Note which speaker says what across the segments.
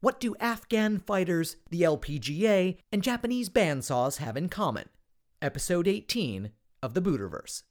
Speaker 1: What do Afghan fighters, the LPGA, and Japanese bandsaws have in common? Episode 18 of the Booterverse.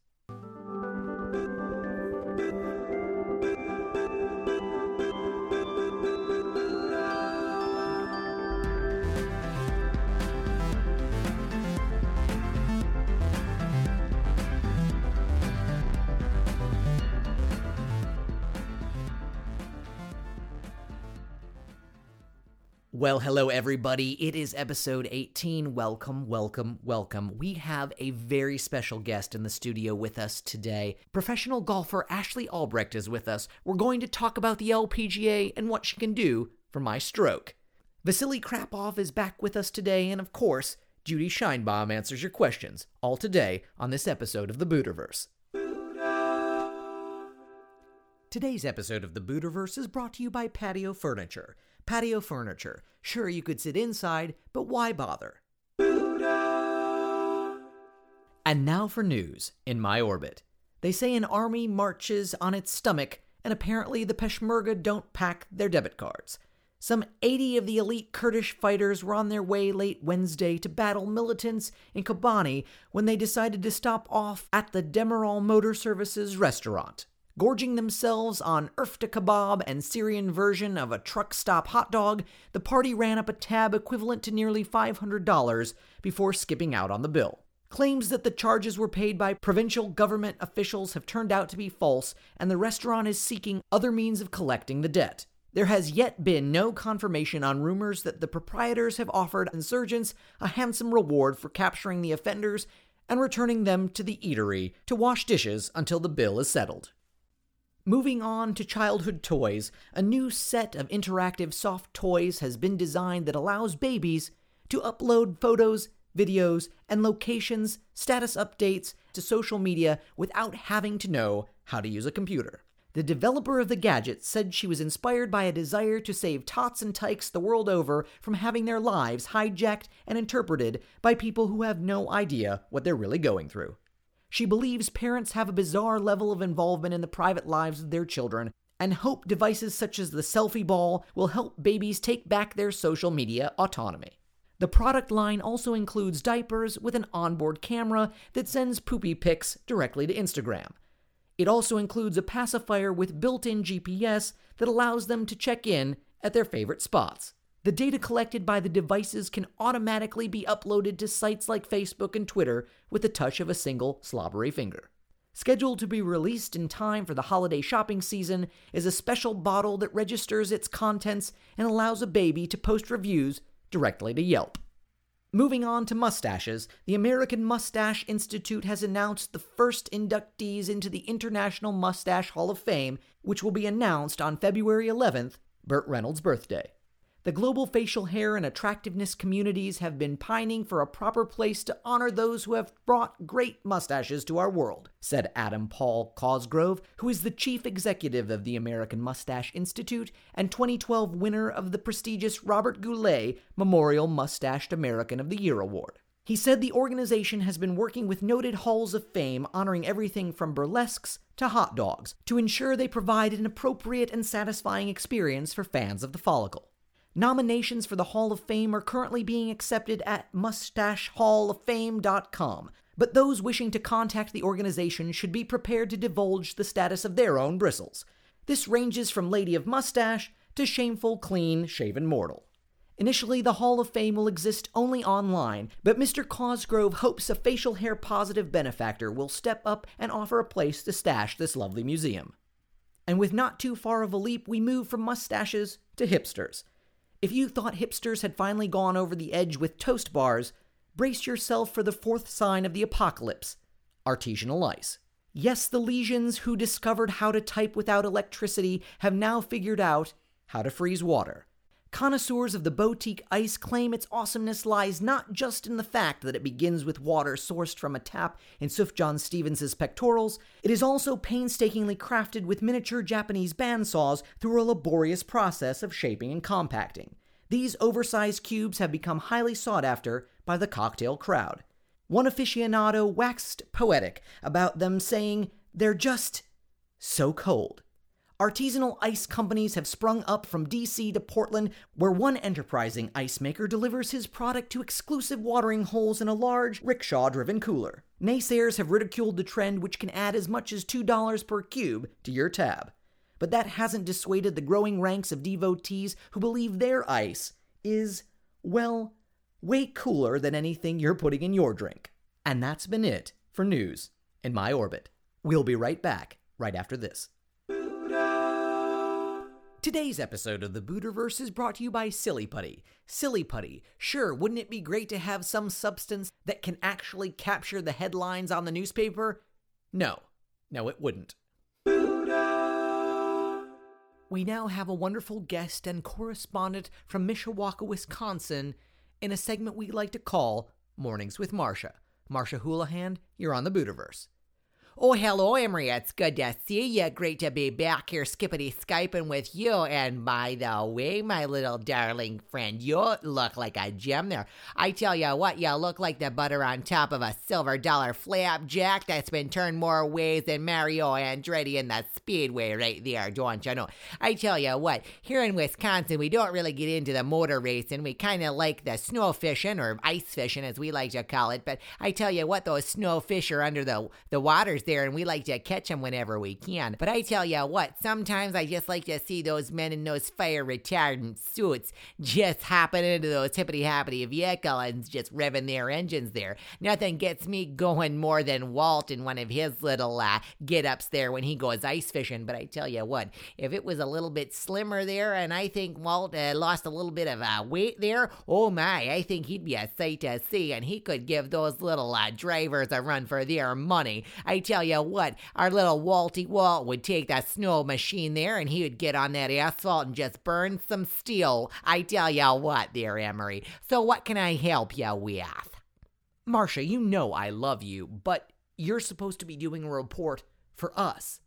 Speaker 1: Well, hello, everybody. It is episode 18. Welcome, welcome, welcome. We have a very special guest in the studio with us today. Professional golfer Ashley Albrecht is with us. We're going to talk about the LPGA and what she can do for my stroke. Vasily Krapov is back with us today, and of course, Judy Scheinbaum answers your questions, all today on this episode of The Booterverse. Today's episode of the Booterverse is brought to you by Patio Furniture. Patio Furniture. Sure, you could sit inside, but why bother? And now for news in my orbit. They say an army marches on its stomach, and apparently the Peshmerga don't pack their debit cards. Some 80 of the elite Kurdish fighters were on their way late Wednesday to battle militants in Kobani when they decided to stop off at the Demerol Motor Services restaurant. Gorging themselves on urfta kebab and Syrian version of a truck stop hot dog, the party ran up a tab equivalent to nearly $500 before skipping out on the bill. Claims that the charges were paid by provincial government officials have turned out to be false, and the restaurant is seeking other means of collecting the debt. There has yet been no confirmation on rumors that the proprietors have offered insurgents a handsome reward for capturing the offenders and returning them to the eatery to wash dishes until the bill is settled. Moving on to childhood toys, a new set of interactive soft toys has been designed that allows babies to upload photos, videos, and locations, status updates to social media without having to know how to use a computer. The developer of the gadget said she was inspired by a desire to save tots and tykes the world over from having their lives hijacked and interpreted by people who have no idea what they're really going through. She believes parents have a bizarre level of involvement in the private lives of their children and hope devices such as the selfie ball will help babies take back their social media autonomy. The product line also includes diapers with an onboard camera that sends poopy pics directly to Instagram. It also includes a pacifier with built in GPS that allows them to check in at their favorite spots. The data collected by the devices can automatically be uploaded to sites like Facebook and Twitter with the touch of a single slobbery finger. Scheduled to be released in time for the holiday shopping season is a special bottle that registers its contents and allows a baby to post reviews directly to Yelp. Moving on to mustaches, the American Mustache Institute has announced the first inductees into the International Mustache Hall of Fame, which will be announced on February 11th, Burt Reynolds' birthday. The global facial hair and attractiveness communities have been pining for a proper place to honor those who have brought great mustaches to our world, said Adam Paul Cosgrove, who is the chief executive of the American Mustache Institute and 2012 winner of the prestigious Robert Goulet Memorial Mustached American of the Year Award. He said the organization has been working with noted halls of fame honoring everything from burlesques to hot dogs to ensure they provide an appropriate and satisfying experience for fans of the follicle. Nominations for the Hall of Fame are currently being accepted at mustachehalloffame.com, but those wishing to contact the organization should be prepared to divulge the status of their own bristles. This ranges from Lady of Mustache to Shameful Clean Shaven Mortal. Initially, the Hall of Fame will exist only online, but Mr. Cosgrove hopes a facial hair positive benefactor will step up and offer a place to stash this lovely museum. And with not too far of a leap, we move from mustaches to hipsters. If you thought hipsters had finally gone over the edge with toast bars, brace yourself for the fourth sign of the apocalypse artisanal ice. Yes, the lesions who discovered how to type without electricity have now figured out how to freeze water. Connoisseurs of the boutique ice claim its awesomeness lies not just in the fact that it begins with water sourced from a tap in Sufjan Stevens' pectorals, it is also painstakingly crafted with miniature Japanese bandsaws through a laborious process of shaping and compacting. These oversized cubes have become highly sought after by the cocktail crowd. One aficionado waxed poetic about them, saying, They're just so cold.
Speaker 2: Artisanal ice companies have sprung up from DC to Portland, where one enterprising ice maker delivers his product to exclusive watering holes in a large, rickshaw driven cooler. Naysayers have ridiculed the trend, which can add as much as $2 per cube to your tab. But that hasn't dissuaded the growing ranks of devotees who believe their ice is, well, way cooler than anything you're putting in your drink. And that's been it for news in my orbit. We'll be right back right after this. Today's episode of the Buddhaverse is brought to you by Silly Putty. Silly Putty, sure, wouldn't it be great to have some substance that can actually capture the headlines on the newspaper? No, no, it wouldn't. We now have a wonderful guest and correspondent from Mishawaka, Wisconsin, in a segment we like to call Mornings with Marcia. Marcia Houlihan, you're on the Buddhaverse.
Speaker 1: Oh, hello, Emery. It's good to see you. Great to be back here, skippity skyping with you. And by the way, my little darling friend, you look like a gem there. I tell you what, you look like the butter on top of a silver dollar flapjack that's been turned more ways than Mario Andretti in the speedway right there, don't you know? I tell you what, here in Wisconsin, we don't really get into the motor racing. We kind of like the snow fishing or ice fishing, as we like to call it. But I tell you what, those snow fish are under the the waters there, and we like to catch them whenever we can. But I tell you what, sometimes I just like to see those men in those fire retardant suits just hopping into those hippity hoppity vehicle and just revving their engines there. Nothing gets me going more than Walt in one of his little uh, get ups there when he goes ice fishing. But I tell you what, if it was a little bit slimmer there, and I think Walt uh, lost a little bit of uh, weight there, oh my, I think he'd be a sight to see, and he could give those little uh, drivers a run for their money. I tell you what, our little Walty Walt would take that snow machine there, and he would get on that asphalt and just burn some steel. I tell you what, there, Emery. So what can I help you with?
Speaker 2: Marcia, you know I love you, but you're supposed to be doing a report for us.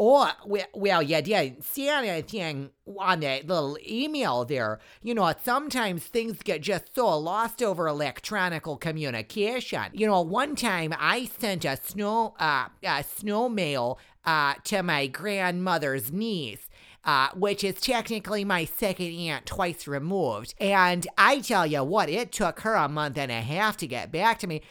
Speaker 1: Oh, we- well, you didn't see anything on that little email there. You know, sometimes things get just so lost over electronical communication. You know, one time I sent a snow, uh, a snow mail uh, to my grandmother's niece uh, which is technically my second aunt twice removed. And I tell you what, it took her a month and a half to get back to me.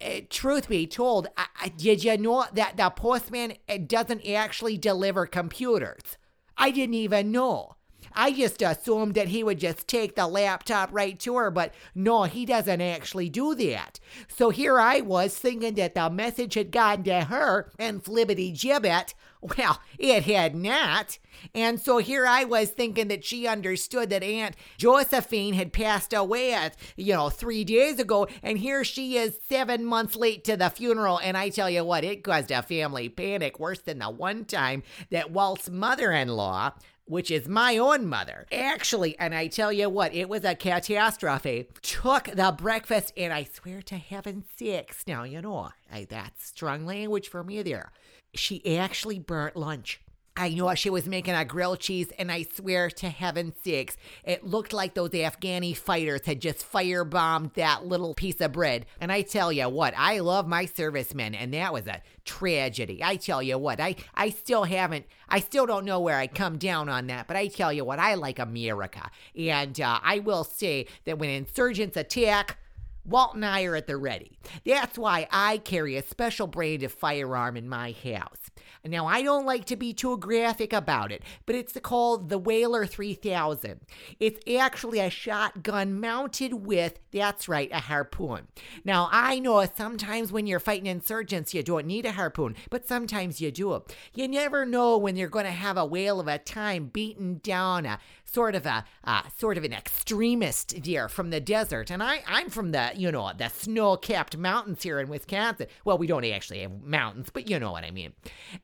Speaker 1: Uh, truth be told, I, I, did you know that the postman uh, doesn't actually deliver computers? I didn't even know. I just assumed that he would just take the laptop right to her, but no, he doesn't actually do that. So here I was thinking that the message had gotten to her, and flibbity gibbet, well, it had not. And so here I was thinking that she understood that Aunt Josephine had passed away at, you know, three days ago, and here she is seven months late to the funeral. And I tell you what, it caused a family panic worse than the one time that Walt's mother in law which is my own mother. Actually, and I tell you what, it was a catastrophe. Took the breakfast, and I swear to heaven, six. Now, you know, I, that's strong language for me there. She actually burnt lunch. I know she was making a grilled cheese, and I swear to heaven sakes, it looked like those Afghani fighters had just firebombed that little piece of bread. And I tell you what, I love my servicemen, and that was a tragedy. I tell you what, I, I still haven't, I still don't know where I come down on that, but I tell you what, I like America. And uh, I will say that when insurgents attack, Walt and I are at the ready. That's why I carry a special brand of firearm in my house. Now, I don't like to be too graphic about it, but it's called the Whaler 3000. It's actually a shotgun mounted with, that's right, a harpoon. Now, I know sometimes when you're fighting insurgents, you don't need a harpoon, but sometimes you do. You never know when you're going to have a whale of a time beating down a sort of a uh, sort of an extremist deer from the desert, and I I'm from the you know the snow-capped mountains here in Wisconsin. Well, we don't actually have mountains, but you know what I mean.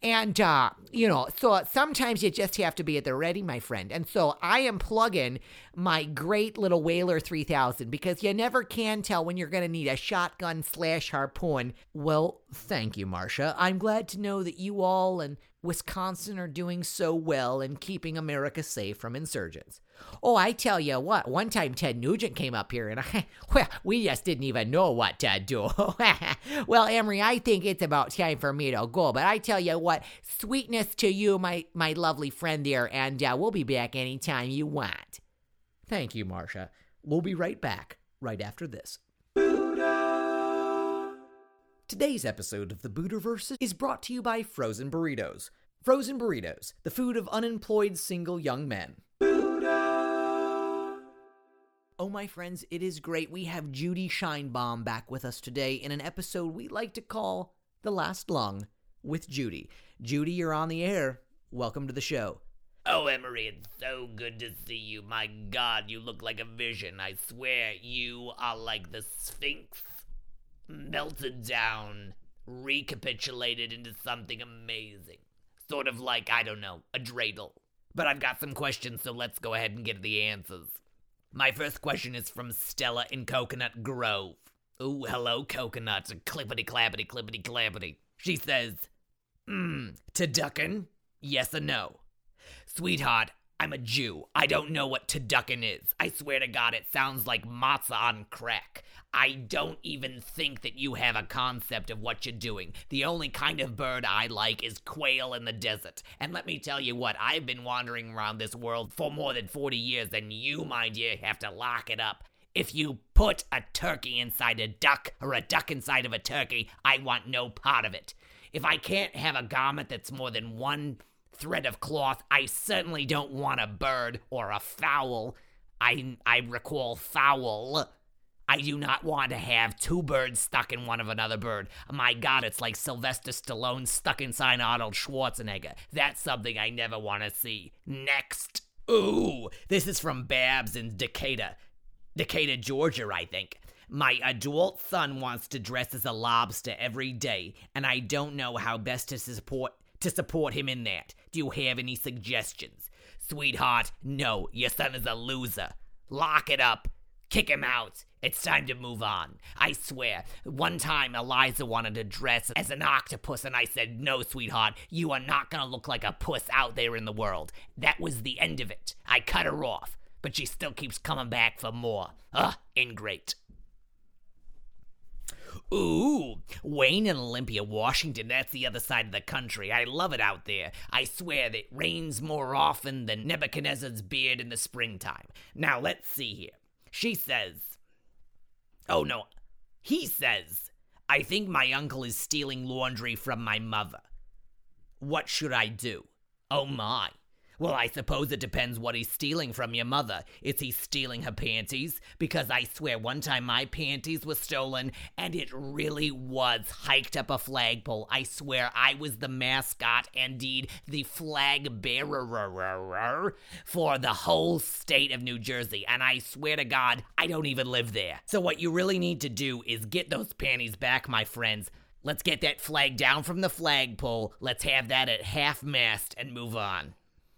Speaker 1: And uh, you know, so sometimes you just have to be at the ready, my friend. And so I am plugging my great little Whaler 3000 because you never can tell when you're going to need a shotgun slash harpoon.
Speaker 2: Well, thank you, Marcia. I'm glad to know that you all and Wisconsin are doing so well in keeping America safe from insurgents.
Speaker 3: Oh, I tell you what, one time Ted Nugent came up here and I, well, we just didn't even know what to do. well, Emery, I think it's about time for me to go, but I tell you what, sweetness to you, my, my lovely friend there, and uh, we'll be back anytime you want.
Speaker 2: Thank you, Marcia. We'll be right back right after this. Today's episode of the Buddhaverse is brought to you by Frozen Burritos. Frozen Burritos, the food of unemployed single young men. Oh, my friends, it is great. We have Judy Scheinbaum back with us today in an episode we like to call The Last Lung with Judy. Judy, you're on the air. Welcome to the show.
Speaker 1: Oh, Emery, it's so good to see you. My God, you look like a vision. I swear you are like the Sphinx melted down, recapitulated into something amazing. Sort of like, I don't know, a dreidel. But I've got some questions, so let's go ahead and get the answers. My first question is from Stella in Coconut Grove. Ooh, hello, coconuts. Clippity clappity, clippity clappity. She says, Mmm, to duckin'? Yes or no? Sweetheart, I'm a Jew. I don't know what Tadukin is. I swear to God, it sounds like matzah on crack. I don't even think that you have a concept of what you're doing. The only kind of bird I like is quail in the desert. And let me tell you what, I've been wandering around this world for more than 40 years, and you, my dear, have to lock it up. If you put a turkey inside a duck or a duck inside of a turkey, I want no part of it. If I can't have a garment that's more than one thread of cloth. I certainly don't want a bird or a fowl. I I recall fowl. I do not want to have two birds stuck in one of another bird. My God, it's like Sylvester Stallone stuck inside Arnold Schwarzenegger. That's something I never want to see. Next. Ooh, this is from Babs in Decatur. Decatur, Georgia, I think. My adult son wants to dress as a lobster every day, and I don't know how best to support to support him in that. Do you have any suggestions? Sweetheart, no, your son is a loser. Lock it up. Kick him out. It's time to move on. I swear, one time Eliza wanted to dress as an octopus, and I said, No, sweetheart, you are not gonna look like a puss out there in the world. That was the end of it. I cut her off, but she still keeps coming back for more. Ugh, ingrate. Ooh, Wayne and Olympia, Washington. That's the other side of the country. I love it out there. I swear that it rains more often than Nebuchadnezzar's beard in the springtime. Now, let's see here. She says. Oh, no. He says, I think my uncle is stealing laundry from my mother. What should I do? Oh, my. Well, I suppose it depends what he's stealing from your mother. Is he stealing her panties? Because I swear one time my panties were stolen and it really was hiked up a flagpole. I swear I was the mascot, indeed, the flag bearer for the whole state of New Jersey. And I swear to God, I don't even live there. So, what you really need to do is get those panties back, my friends. Let's get that flag down from the flagpole. Let's have that at half mast and move on.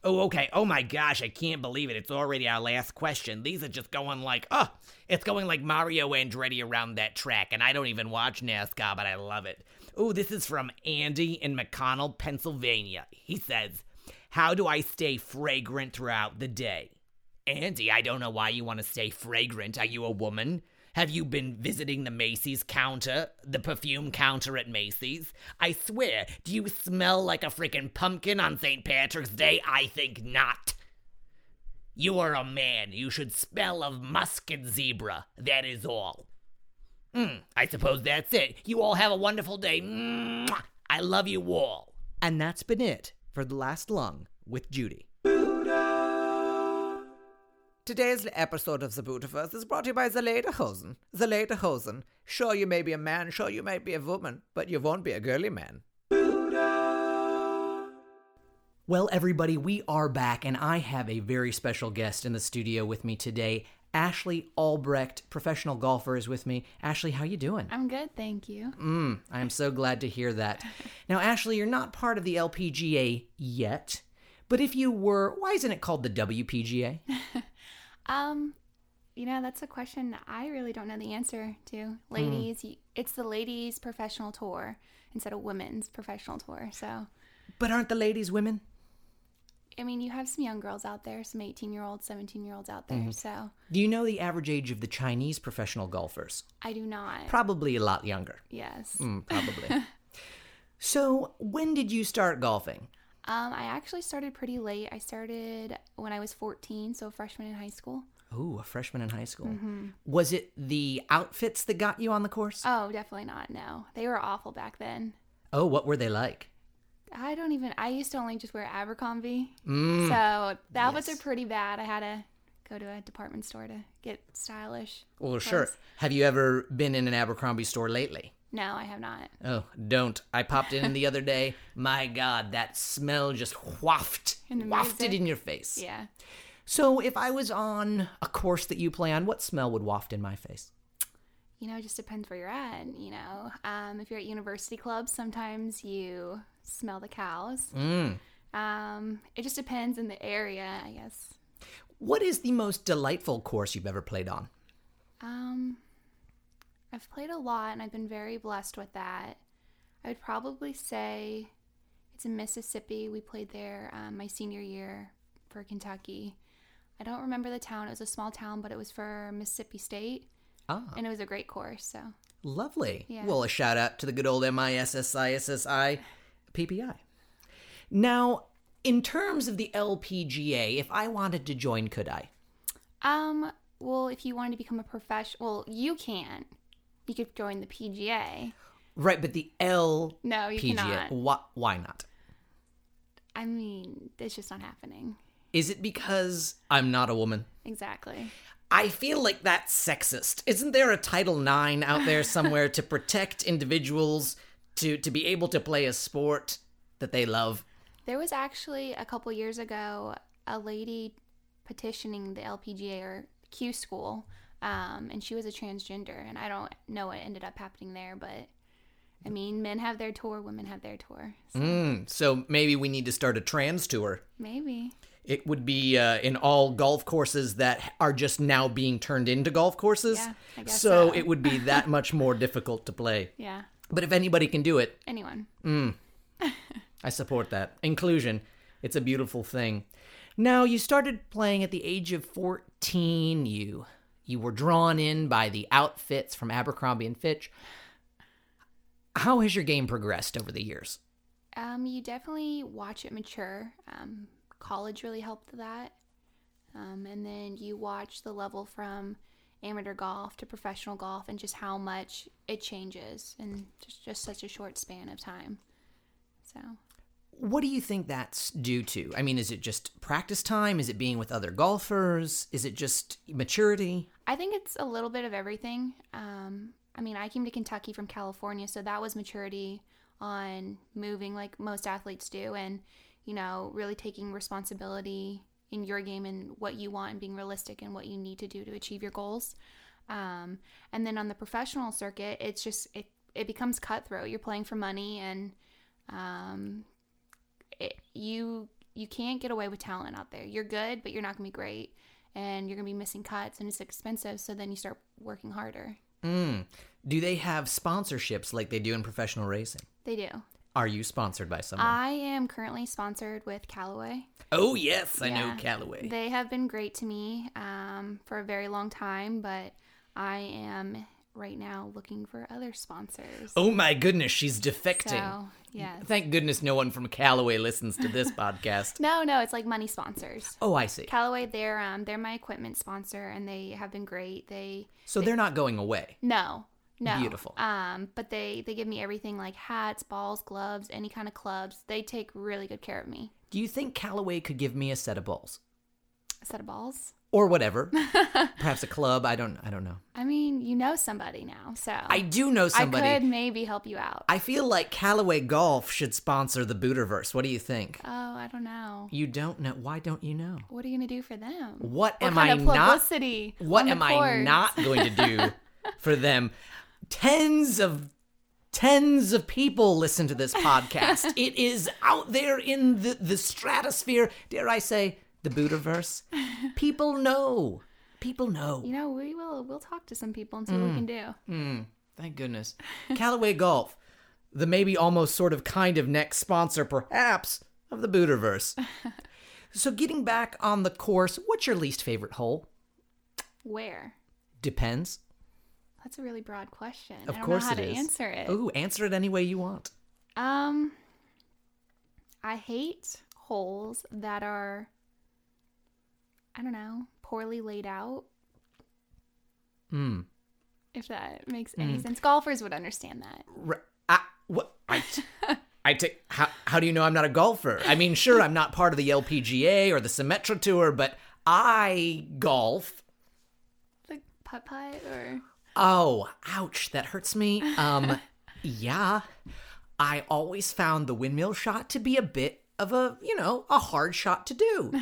Speaker 1: Oh, okay. Oh my gosh, I can't believe it. It's already our last question. These are just going like, oh, it's going like Mario Andretti around that track, and I don't even watch NASCAR, but I love it. Oh, this is from Andy in McConnell, Pennsylvania. He says, How do I stay fragrant throughout the day? Andy, I don't know why you want to stay fragrant. Are you a woman? Have you been visiting the Macy's counter, the perfume counter at Macy's? I swear, do you smell like a freaking pumpkin on St. Patrick's Day? I think not. You are a man. You should smell of musk and zebra. That is all. Mm, I suppose that's it. You all have a wonderful day. Mwah! I love you all.
Speaker 2: And that's been it for The Last Lung with Judy.
Speaker 3: Today's episode of The Bootiverse is brought to you by The Lederhosen. The Lederhosen. Sure, you may be a man, sure, you may be a woman, but you won't be a girly man.
Speaker 2: Well, everybody, we are back, and I have a very special guest in the studio with me today. Ashley Albrecht, professional golfer, is with me. Ashley, how you doing?
Speaker 4: I'm good, thank you.
Speaker 2: Mm, I am so glad to hear that. Now, Ashley, you're not part of the LPGA yet, but if you were, why isn't it called the WPGA?
Speaker 4: Um, you know, that's a question I really don't know the answer to.
Speaker 2: Mm.
Speaker 4: Ladies, y it's the ladies' professional tour instead of women's professional tour. So
Speaker 2: But aren't the ladies women?
Speaker 4: I mean, you have some young girls out there, some 18 year olds, 17 year olds out there.
Speaker 2: Mm.
Speaker 4: So
Speaker 2: Do you know the average age of the Chinese professional golfers?
Speaker 4: I do not.
Speaker 2: Probably a lot younger.
Speaker 4: yes.
Speaker 2: Mm, probably. so, when did you start golfing?
Speaker 4: Um, I actually started pretty late. I started when I was 14, so freshman in high school.
Speaker 2: Ooh, a freshman in high school. Was it the outfits that got you on the course?
Speaker 4: Oh, definitely not. No, they were awful back then.
Speaker 2: oh, what were they like?
Speaker 4: I don't even. I used to only just wear Abercrombie, mm, so the outfits
Speaker 2: yes.
Speaker 4: are pretty bad. I had to go to a department store to get stylish.
Speaker 2: Well, sure. Have you ever been in an Abercrombie store lately?
Speaker 4: No, I have not.
Speaker 2: Oh, don't. I popped in the other day. My God, that smell just wafted,
Speaker 4: And the
Speaker 2: wafted
Speaker 4: music.
Speaker 2: in your face.
Speaker 4: Yeah,
Speaker 2: So, if I was on a course that you play on, what smell would waft in my face?
Speaker 4: you know, it just depends where you're at. You know, um, if you're at university clubs, sometimes you smell the cows.
Speaker 2: Mm.
Speaker 4: Um, it just depends in the area, I guess.
Speaker 2: What is the most delightful course you've ever played on?
Speaker 4: Um, I've played a lot and I've been very blessed with that. I would probably say it's in Mississippi. We played there um, my senior year for Kentucky. I don't remember the town. It was a small town, but it was for Mississippi State,
Speaker 2: Ah,
Speaker 4: and it was a great course. So
Speaker 2: lovely.
Speaker 4: Yeah.
Speaker 2: Well, a shout out to the good old MISSISSI PPI. Now, in terms of the LPGA, if I wanted to join, could I?
Speaker 4: Um, well, if you wanted to become a professional, well, you can. You could join the PGA.
Speaker 2: Right, but the LPGA,
Speaker 4: No, you cannot.
Speaker 2: why, why not?
Speaker 4: I mean, it's just not happening.
Speaker 2: Is it because I'm not a woman?
Speaker 4: Exactly.
Speaker 2: I feel like that's sexist. Isn't there a Title IX out there somewhere to protect individuals to, to be able to play a sport that they love?
Speaker 4: There was actually a couple years ago a lady petitioning the LPGA or Q school, um, and she was a transgender, and I don't know what ended up happening there, but I mean, men have their tour, women have their tour. So
Speaker 2: Mm, so maybe we need to start a trans tour.
Speaker 4: Maybe.
Speaker 2: It would be uh, in all golf courses that are just now being turned into golf courses.
Speaker 4: Yeah, I guess
Speaker 2: so
Speaker 4: so.
Speaker 2: it would be that much more difficult to play.
Speaker 4: Yeah.
Speaker 2: But if anybody can do it,
Speaker 4: Anyone.
Speaker 2: I support that. Inclusion. It's a beautiful thing. Now, you started playing at the age of 14. You you were drawn in by the outfits from Abercrombie and Fitch. How has your game progressed over the years?
Speaker 4: Um, you definitely watch it mature. Um, college really helped that. Um, and then you watch the level from amateur golf to professional golf and just how much it changes in just, just such a short span of time. So,
Speaker 2: What do you think that's due to? I mean, is it just practice time? Is it being with other golfers? Is it just maturity?
Speaker 4: I think it's a little bit of everything. Um, I mean, I came to Kentucky from California, so that was maturity on moving like most athletes do and, you know, really taking responsibility in your game and what you want and being realistic and what you need to do to achieve your goals. Um, and then on the professional circuit, it's just, it, it becomes cutthroat. You're playing for money and um, it, you you can't get away with talent out there. You're good, but you're not gonna be great, and you're gonna be missing cuts, and it's expensive. So then you start working harder.
Speaker 2: Mm. Do they have sponsorships like they do in professional racing?
Speaker 4: They do.
Speaker 2: Are you sponsored by someone?
Speaker 4: I am currently sponsored with Callaway.
Speaker 2: oh, yes, I
Speaker 4: Yeah.
Speaker 2: know Callaway.
Speaker 4: They have been great to me um, for a very long time, but I am right now looking for other sponsors.
Speaker 2: Oh my goodness, she's defecting.
Speaker 4: so yes.
Speaker 2: Thank goodness no one from Callaway listens to this podcast.
Speaker 4: No, no, it's like money sponsors.
Speaker 2: Oh, I see.
Speaker 4: Callaway, they're um, they're my equipment sponsor, and they have been great. They
Speaker 2: So they're not going away.
Speaker 4: No. No.
Speaker 2: Beautiful.
Speaker 4: Um, but they they give me everything like hats, balls, gloves, any kind of clubs. They take really good care of me.
Speaker 2: Do you think Callaway could give me a set of balls
Speaker 4: A set of balls.
Speaker 2: or whatever? Perhaps a club. I don't. I don't know.
Speaker 4: I mean, you know somebody now, so
Speaker 2: I do know somebody.
Speaker 4: I
Speaker 2: I,
Speaker 4: could maybe help you out.
Speaker 2: feel like Callaway Golf should sponsor the Booterverse. What do you think?
Speaker 4: oh, I don't know.
Speaker 2: You don't know. Why don't you know?
Speaker 4: What are you gonna do for them?
Speaker 2: What, am
Speaker 4: kind
Speaker 2: I
Speaker 4: of
Speaker 2: not?
Speaker 4: publicity
Speaker 2: What
Speaker 4: on the
Speaker 2: am I
Speaker 4: course?
Speaker 2: not going to do for them? Tens of tens of people listen to this podcast. it is out there in the, the stratosphere, dare I say, the Buddhaverse. People know. People know.
Speaker 4: You know,
Speaker 2: Mm.
Speaker 4: we will we'll talk to some people and see what we can do.
Speaker 2: Thank goodness. Callaway Golf. the maybe almost sort of kind of next sponsor, perhaps, of the Booterverse. so, getting back on the course, what's your least favorite hole?
Speaker 4: Where?
Speaker 2: Depends.
Speaker 4: That's a really broad question.
Speaker 2: Of
Speaker 4: I don't
Speaker 2: course
Speaker 4: know how
Speaker 2: it
Speaker 4: to
Speaker 2: is.
Speaker 4: answer it.
Speaker 2: Ooh, answer it any way you want.
Speaker 4: Um, I hate holes that are, I don't know, poorly laid out.
Speaker 2: Hmm.
Speaker 4: If that makes
Speaker 2: Mm.
Speaker 4: any sense, golfers would understand that.
Speaker 2: R- I, what? I, t- I take. How, how do you know I'm not a golfer? I mean, sure, I'm not part of the LPGA or the Symetra Tour, but I golf.
Speaker 4: Like putt putt or
Speaker 2: Oh, ouch, that hurts me. Um, yeah. I always found the windmill shot to be a bit of a, you know, a hard shot to do.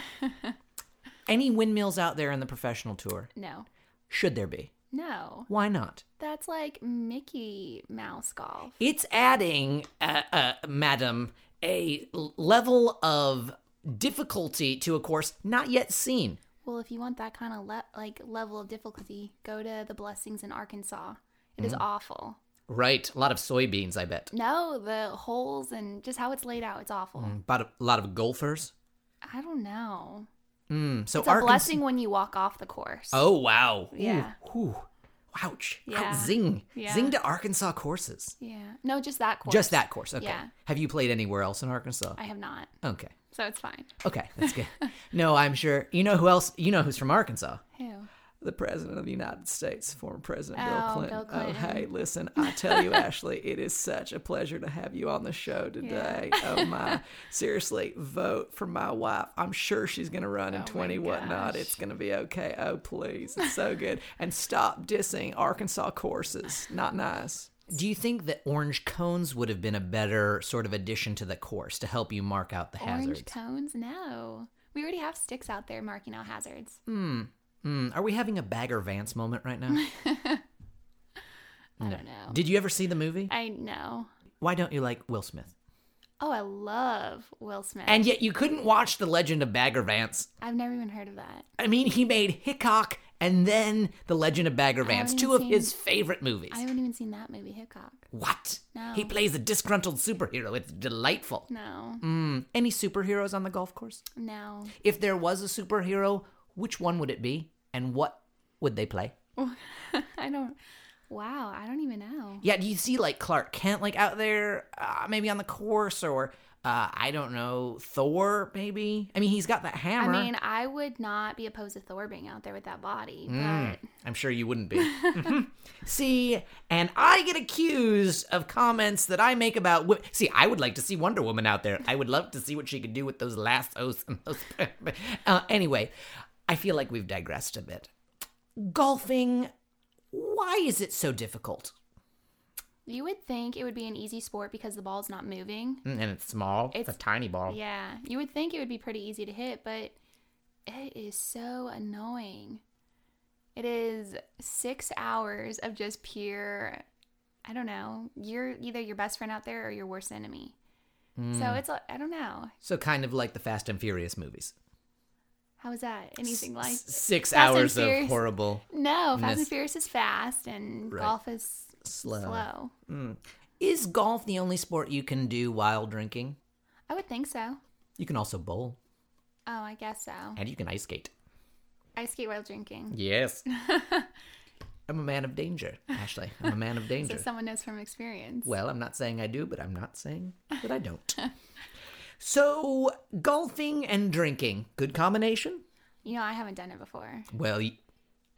Speaker 2: Any windmills out there in the professional tour?
Speaker 4: no,
Speaker 2: Should there be?
Speaker 4: no.
Speaker 2: Why not?
Speaker 4: That's like Mickey Mouse golf.
Speaker 2: It's adding, uh, uh, madam, a l- level of difficulty to a course not yet seen.
Speaker 4: Well, if you want that kind of le- like level of difficulty, go to the Blessings in Arkansas. It
Speaker 2: Mm.
Speaker 4: is awful.
Speaker 2: Right, a lot of soybeans, I bet.
Speaker 4: No, the holes and just how it's laid out, it's awful.
Speaker 2: But a lot of golfers.
Speaker 4: I don't know.
Speaker 2: Mm, so
Speaker 4: It's a
Speaker 2: Arkansas-
Speaker 4: blessing when you walk off the course.
Speaker 2: Oh wow! Ooh,
Speaker 4: Yeah.
Speaker 2: Ooh. Ouch! Ouch.
Speaker 4: Yeah.
Speaker 2: Zing!
Speaker 4: Yeah.
Speaker 2: Zing to Arkansas courses.
Speaker 4: Yeah. No, just that course.
Speaker 2: Just that course. Okay.
Speaker 4: Yeah.
Speaker 2: Have you played anywhere else in Arkansas?
Speaker 4: I have not.
Speaker 2: Okay.
Speaker 4: So it's fine.
Speaker 2: Okay, that's good. no, I'm sure. You know who else? You know who's from Arkansas?
Speaker 4: Who?
Speaker 2: The President of the United States, former President
Speaker 4: Oh, Bill Clinton.
Speaker 2: Oh, hey, listen, I tell you, Ashley, it is such a pleasure to have you on the show today. Oh, my. Seriously, vote for my wife. I'm sure she's going to run in
Speaker 4: Oh, my
Speaker 2: 20 whatnot.
Speaker 4: gosh.
Speaker 2: It's going to be okay. Oh, please. It's so good. And stop dissing Arkansas courses. Not nice. Do you think that orange cones would have been a better sort of addition to the course to help you mark out the hazards?
Speaker 4: Orange cones? No. We already have sticks out there marking out hazards.
Speaker 2: Mm. Hmm, are we having a Bagger Vance moment right now?
Speaker 4: I don't know.
Speaker 2: Did you ever see the movie?
Speaker 4: I know.
Speaker 2: Why don't you like Will Smith?
Speaker 4: Oh, I love Will Smith.
Speaker 2: And yet you couldn't watch The Legend of Bagger Vance.
Speaker 4: I've never even heard of that.
Speaker 2: I mean, he made Hickok and then The Legend of Bagger Vance,
Speaker 4: haven't
Speaker 2: two of
Speaker 4: seen-
Speaker 2: his favorite movies.
Speaker 4: I haven't even seen that movie, Hickok.
Speaker 2: What?
Speaker 4: No.
Speaker 2: He plays a disgruntled superhero. It's delightful.
Speaker 4: No.
Speaker 2: Mm, Any superheroes on the golf course?
Speaker 4: No.
Speaker 2: If there was a superhero, which one would it be? And what would they play?
Speaker 4: I don't. Wow. I don't even know.
Speaker 2: Yeah, do you see like Clark Kent like out there, uh, maybe on the course, or uh, I don't know, Thor maybe? I mean, he's got that
Speaker 4: I
Speaker 2: hammer.
Speaker 4: mean, I would not be opposed to Thor being out there with that body,
Speaker 2: Mm,
Speaker 4: but
Speaker 2: I'm sure you wouldn't be. Mhm. see, and I get accused of comments that I make about women. See, I would like to see Wonder Woman out there. I would love to see what she could do with those lassos and those. uh, anyway, I feel like we've digressed a bit. Golfing, why is it so difficult?
Speaker 4: you would think it would be an easy sport because the ball's not moving.
Speaker 2: Mm, And it's small. It's,
Speaker 4: It's-
Speaker 2: a tiny ball.
Speaker 4: Yeah, you would think it would be pretty easy to hit, but it is so annoying. It is six hours of just pure, I don't know, you're either your best friend out there or your worst enemy. So
Speaker 2: Hmm.
Speaker 4: it's, like- I don't know.
Speaker 2: So kind of like the Fast and Furious movies.
Speaker 4: How is that? Anything like.
Speaker 2: S- six
Speaker 4: Fast and
Speaker 2: hours of
Speaker 4: Furious.
Speaker 2: horrible.
Speaker 4: No, Fast
Speaker 2: Miss-
Speaker 4: and Furious is fast and
Speaker 2: Right.
Speaker 4: golf is
Speaker 2: Slow.
Speaker 4: slow.
Speaker 2: Is golf the only sport you can do while drinking?
Speaker 4: I would think so.
Speaker 2: You can also bowl
Speaker 4: Oh, I guess so.
Speaker 2: and you can ice skate.
Speaker 4: I skate while drinking.
Speaker 2: Yes. I'm a man of danger, Ashley. I'm a man of danger.
Speaker 4: So someone knows from experience.
Speaker 2: Well, I'm not saying I do, but I'm not saying that I don't. so, golfing and drinking, good combination?
Speaker 4: you know, I haven't done it before.
Speaker 2: Well, y-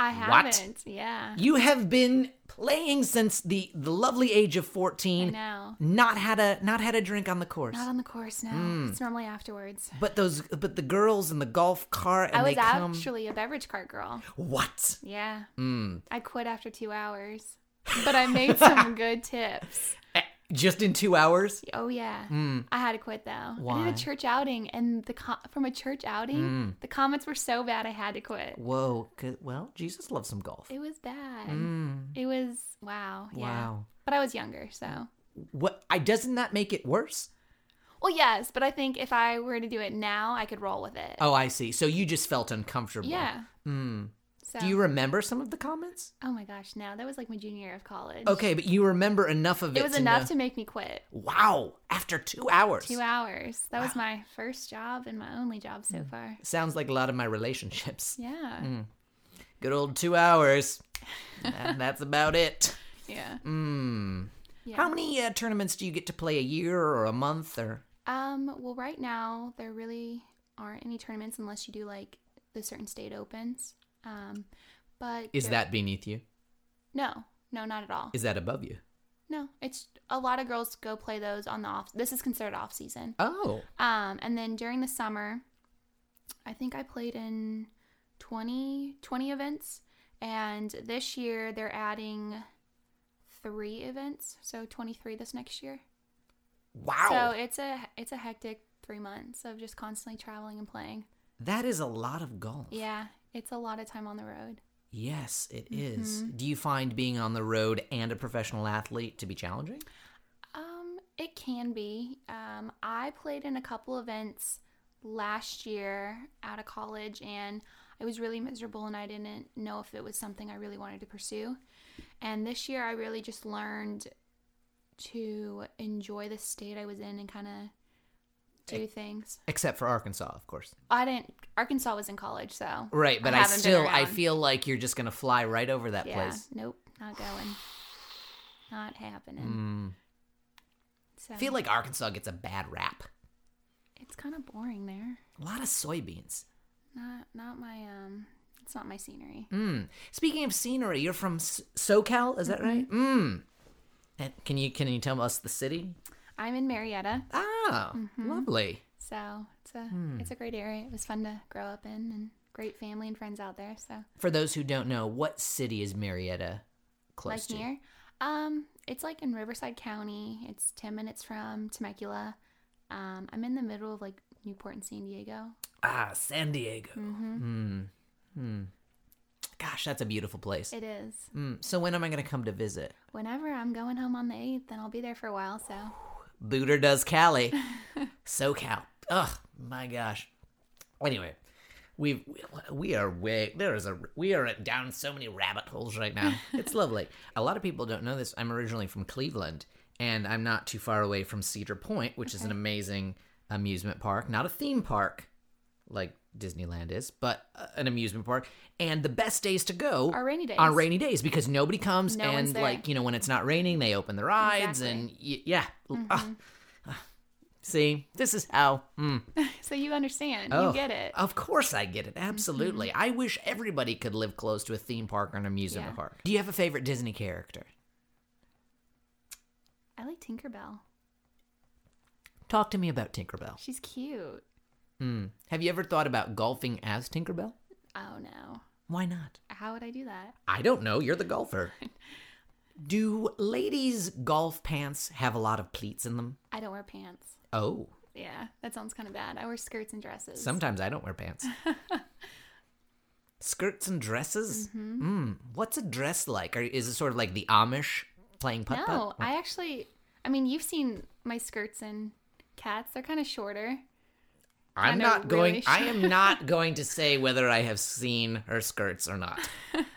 Speaker 4: I
Speaker 2: What?
Speaker 4: haven't. Yeah.
Speaker 2: you have been playing since the, the lovely age of 14.
Speaker 4: No.
Speaker 2: Not had a not had a drink on the course.
Speaker 4: Not on the course, no.
Speaker 2: Hmm.
Speaker 4: It's normally afterwards.
Speaker 2: But those, but the girls in the golf cart, and
Speaker 4: I was
Speaker 2: they come.
Speaker 4: actually a beverage cart girl.
Speaker 2: what?
Speaker 4: Yeah.
Speaker 2: Mm.
Speaker 4: I quit after two hours. But I made some good tips.
Speaker 2: Eh, Just in two hours?
Speaker 4: Oh yeah,
Speaker 2: Mm.
Speaker 4: I had to quit though. I
Speaker 2: Why? Hmm.
Speaker 4: did a church outing, and the co- from a church outing, the comments were so bad I had to quit.
Speaker 2: Whoa. 'cause- Well, Jesus loves some golf.
Speaker 4: It was bad.
Speaker 2: Mm.
Speaker 4: It was wow. Yeah.
Speaker 2: Wow.
Speaker 4: But I was younger, so.
Speaker 2: What? I doesn't that make it worse?
Speaker 4: Well, yes, but I think if I were to do it now, I could roll with it.
Speaker 2: Oh, I see. So you just felt uncomfortable.
Speaker 4: yeah.
Speaker 2: Mm.
Speaker 4: So,
Speaker 2: Do you remember some of the comments?
Speaker 4: oh my gosh, no, that was like my junior year of college.
Speaker 2: Okay, but you remember enough of it.
Speaker 4: It was
Speaker 2: to
Speaker 4: enough
Speaker 2: know-
Speaker 4: to make me quit.
Speaker 2: Wow! After two hours.
Speaker 4: Two hours. That was my first job and my only job so
Speaker 2: Mm.
Speaker 4: far.
Speaker 2: Sounds like a lot of my relationships.
Speaker 4: Yeah.
Speaker 2: Mm. Good old two hours. and that's about it.
Speaker 4: Yeah.
Speaker 2: Mm.
Speaker 4: Yeah.
Speaker 2: How many uh, tournaments do you get to play a year or a month or?
Speaker 4: Um, well, right now there really aren't any tournaments unless you do like the certain state opens. Um, but
Speaker 2: Is
Speaker 4: there-
Speaker 2: that beneath you?
Speaker 4: no, no, not at all.
Speaker 2: Is that above you?
Speaker 4: no, it's a lot of girls go play those on the off. This is considered off season.
Speaker 2: Oh,
Speaker 4: Um, and then during the summer, I think I played in 20, 20 events. And this year they're adding three events, so 23 this next year.
Speaker 2: wow!
Speaker 4: So it's a it's a hectic 3 months of just constantly traveling and playing.
Speaker 2: that is a lot of golf.
Speaker 4: Yeah, it's a lot of time on the road.
Speaker 2: Yes, it is.
Speaker 4: Mm-hmm.
Speaker 2: Do you find being on the road and a professional athlete to be challenging?
Speaker 4: Um, it can be. Um, I played in a couple events last year out of college and I was really miserable and I didn't know if it was something I really wanted to pursue. And this year I really just learned to enjoy the state I was in and kind of do things.
Speaker 2: Except for Arkansas, of course.
Speaker 4: I didn't Arkansas was in college, so
Speaker 2: Right, but I,
Speaker 4: haven't been
Speaker 2: still I
Speaker 4: around.
Speaker 2: feel like you're just gonna fly right over that
Speaker 4: yeah,
Speaker 2: place.
Speaker 4: nope, not going. Not
Speaker 2: Mm.
Speaker 4: happening. So
Speaker 2: I feel like Arkansas gets a bad rap.
Speaker 4: it's kind of boring there.
Speaker 2: A lot of soybeans.
Speaker 4: Not not my um it's not my scenery.
Speaker 2: Mm. Speaking of scenery, you're from S- SoCal, is that right?
Speaker 4: Mm-hmm.
Speaker 2: Mm. And can you can you tell us the city?
Speaker 4: I'm in Marietta,
Speaker 2: Ah,
Speaker 4: Mm-hmm.
Speaker 2: lovely.
Speaker 4: so it's a
Speaker 2: Hmm.
Speaker 4: it's a great area. It was fun to grow up in and great family and friends out there. So
Speaker 2: For those who don't know, what city is Marietta close to?
Speaker 4: like near. Um it's like in Riverside County. It's ten minutes from Temecula. Um I'm in the middle of like Newport and San Diego.
Speaker 2: Ah, San Diego. Mm. Mm. Gosh, that's a beautiful place.
Speaker 4: It is.
Speaker 2: Mm. So when am I going to come to visit?
Speaker 4: Whenever I'm going home on the eighth and I'll be there for a while, so
Speaker 2: Booter does Cali. SoCal. Ugh, my gosh. Anyway, we've, we are way, there is a, we are down so many rabbit holes right now. It's lovely. A lot of people don't know this. I'm originally from Cleveland, and I'm not too far away from Cedar Point, which is an amazing amusement park, not a theme park like Disneyland is, but uh, an amusement park. And the best days to go
Speaker 4: Our rainy
Speaker 2: On
Speaker 4: days.
Speaker 2: rainy days because nobody comes
Speaker 4: No one's
Speaker 2: and
Speaker 4: there.
Speaker 2: like you know when it's not raining they open the rides
Speaker 4: Exactly. Mm-hmm.
Speaker 2: and y- yeah. Ah, See, this is how. mm.
Speaker 4: so you understand.
Speaker 2: Oh,
Speaker 4: you get it. Mm-hmm.
Speaker 2: Of course, I get it. Absolutely. I wish everybody could live close to a theme park or an amusement
Speaker 4: Yeah.
Speaker 2: park. Do you have a favorite Disney character?
Speaker 4: I like Tinkerbell.
Speaker 2: Talk to me about Tinkerbell.
Speaker 4: She's cute.
Speaker 2: Mm. Have you ever thought about golfing as Tinkerbell?
Speaker 4: Oh no.
Speaker 2: Why not?
Speaker 4: How would I do that?
Speaker 2: I don't know. You're the golfer. Do ladies' golf pants have a lot of pleats in them?
Speaker 4: I don't wear pants.
Speaker 2: Oh,
Speaker 4: Yeah, that sounds kind of bad. I wear skirts and dresses.
Speaker 2: sometimes I don't wear pants. Skirts and dresses? Mm. What's a dress like? Or is it sort of like the Amish playing putt putt?
Speaker 4: no, I actually. I mean, you've seen my skirts and cats. They're kind of shorter.
Speaker 2: I'm
Speaker 4: kinda
Speaker 2: not going.
Speaker 4: really
Speaker 2: I am not going to say whether I have seen her skirts or not.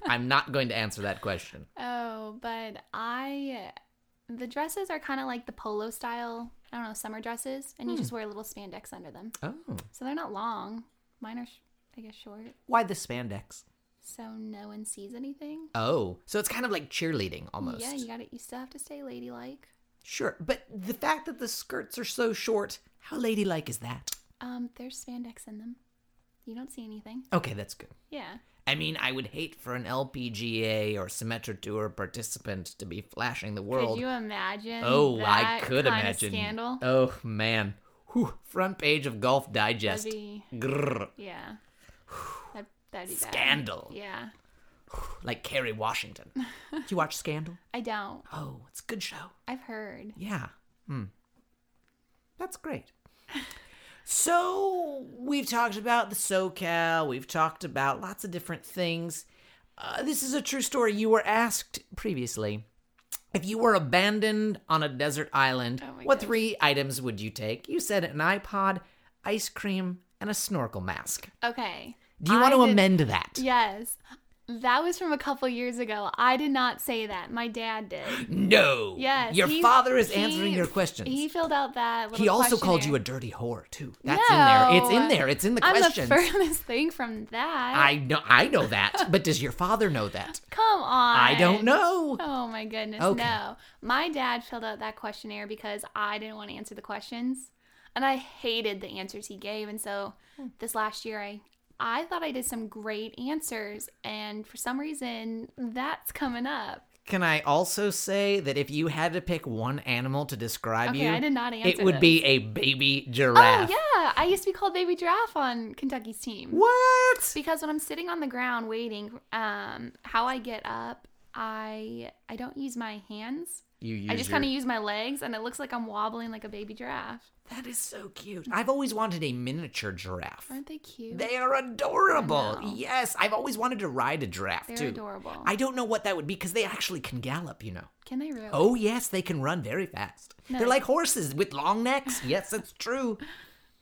Speaker 2: I'm not going to answer that question.
Speaker 4: Oh, but I. The dresses are kind of like the polo style. I don't know summer dresses, and you
Speaker 2: Hmm.
Speaker 4: just wear little spandex under them.
Speaker 2: Oh,
Speaker 4: So they're not long. Mine are, sh- I guess, short.
Speaker 2: why the spandex?
Speaker 4: So no one sees anything.
Speaker 2: Oh, so it's kind of like cheerleading almost.
Speaker 4: Yeah, you got to You still have to stay ladylike.
Speaker 2: sure. But the fact that the skirts are so short, how ladylike is that?
Speaker 4: Um, there's spandex in them. You don't see anything.
Speaker 2: Okay, that's good.
Speaker 4: Yeah.
Speaker 2: I mean, I would hate for an LPGA or Symmetra Tour participant to be flashing the world.
Speaker 4: Could you imagine?
Speaker 2: oh, I
Speaker 4: that
Speaker 2: could
Speaker 4: kind of
Speaker 2: imagine.
Speaker 4: Scandal.
Speaker 2: Oh man, Whew, front page of Golf Digest.
Speaker 4: That'd be,
Speaker 2: Grrr.
Speaker 4: yeah. That, that'd be bad.
Speaker 2: Scandal.
Speaker 4: Yeah.
Speaker 2: like Kerry Washington. Do you watch Scandal?
Speaker 4: I don't.
Speaker 2: Oh, it's a good show.
Speaker 4: I've heard.
Speaker 2: Yeah. Hmm. That's great. So we've talked about the SoCal. We've talked about lots of different things. Uh, this is a true story. You were asked previously if you were abandoned on a desert island.
Speaker 4: Oh my
Speaker 2: what
Speaker 4: gosh.
Speaker 2: three items would you take? You said an iPod, ice cream, and a snorkel mask.
Speaker 4: Okay.
Speaker 2: Do you
Speaker 4: I
Speaker 2: want to
Speaker 4: did-
Speaker 2: amend that?
Speaker 4: Yes. That was from a couple years ago. I did not say that. My dad did.
Speaker 2: No.
Speaker 4: Yes,
Speaker 2: Your
Speaker 4: he-
Speaker 2: father is
Speaker 4: he-
Speaker 2: answering your questions.
Speaker 4: He filled out that. Little
Speaker 2: He also called you a
Speaker 4: questionnaire.
Speaker 2: dirty whore too. That's in there. It's in
Speaker 4: No.
Speaker 2: there. It's in the
Speaker 4: I'm
Speaker 2: questions.
Speaker 4: the furthest thing from that.
Speaker 2: I know. I know that. but does your father know that?
Speaker 4: Come on.
Speaker 2: I don't know.
Speaker 4: Oh my goodness.
Speaker 2: Okay.
Speaker 4: No. My dad filled out that questionnaire because I didn't want to answer the questions. And I hated the answers he gave. And so
Speaker 2: Hmm.
Speaker 4: this last year I I thought I did some great answers and for some reason that's coming up.
Speaker 2: Can I also say that if you had to pick one animal to describe
Speaker 4: Okay,
Speaker 2: you,
Speaker 4: I did not answer.
Speaker 2: it would
Speaker 4: this.
Speaker 2: be a baby
Speaker 4: Oh
Speaker 2: giraffe.
Speaker 4: yeah. I used to be called baby giraffe on Kentucky's team.
Speaker 2: What?
Speaker 4: Because when I'm sitting on the ground waiting, um, how I get up, I I don't use my hands.
Speaker 2: You use
Speaker 4: I just
Speaker 2: your-
Speaker 4: kind of use my legs, and it looks like I'm wobbling like a baby giraffe.
Speaker 2: That is so cute. I've always wanted a miniature giraffe.
Speaker 4: Aren't they cute?
Speaker 2: They are adorable.
Speaker 4: I know.
Speaker 2: Yes, I've always wanted to ride a giraffe
Speaker 4: They're
Speaker 2: too.
Speaker 4: adorable.
Speaker 2: I don't know what that would be because they actually can gallop, you know.
Speaker 4: Can they really?
Speaker 2: Oh, yes, they can run very fast. They're
Speaker 4: Nice.
Speaker 2: like horses with long necks. Yes, that's true.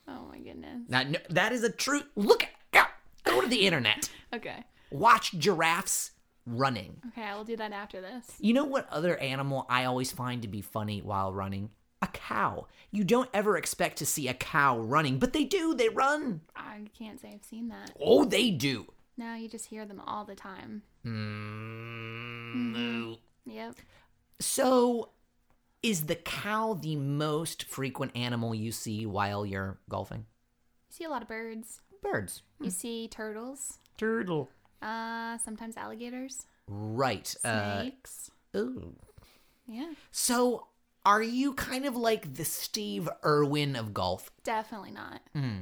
Speaker 4: Oh my goodness.
Speaker 2: Now, no, that is a true. Look, go, go to the internet.
Speaker 4: Okay.
Speaker 2: Watch giraffes running.
Speaker 4: Okay, I will do that after this.
Speaker 2: You know what other animal I always find to be funny while running? A cow. You don't ever expect to see a cow running, but they do. They run.
Speaker 4: I can't say I've seen that.
Speaker 2: Oh, they do.
Speaker 4: No, you just hear them all the time.
Speaker 5: Mm,
Speaker 4: Yep.
Speaker 2: So, is the cow the most frequent animal you see while you're golfing?
Speaker 4: You see a lot of birds.
Speaker 2: Birds.
Speaker 4: You see turtles.
Speaker 2: Turtle.
Speaker 4: Uh, sometimes alligators,
Speaker 2: Right. Uh,
Speaker 4: snakes.
Speaker 2: ooh.
Speaker 4: yeah,
Speaker 2: So, are you kind of like the Steve Irwin of golf?
Speaker 4: definitely not.
Speaker 2: hmm.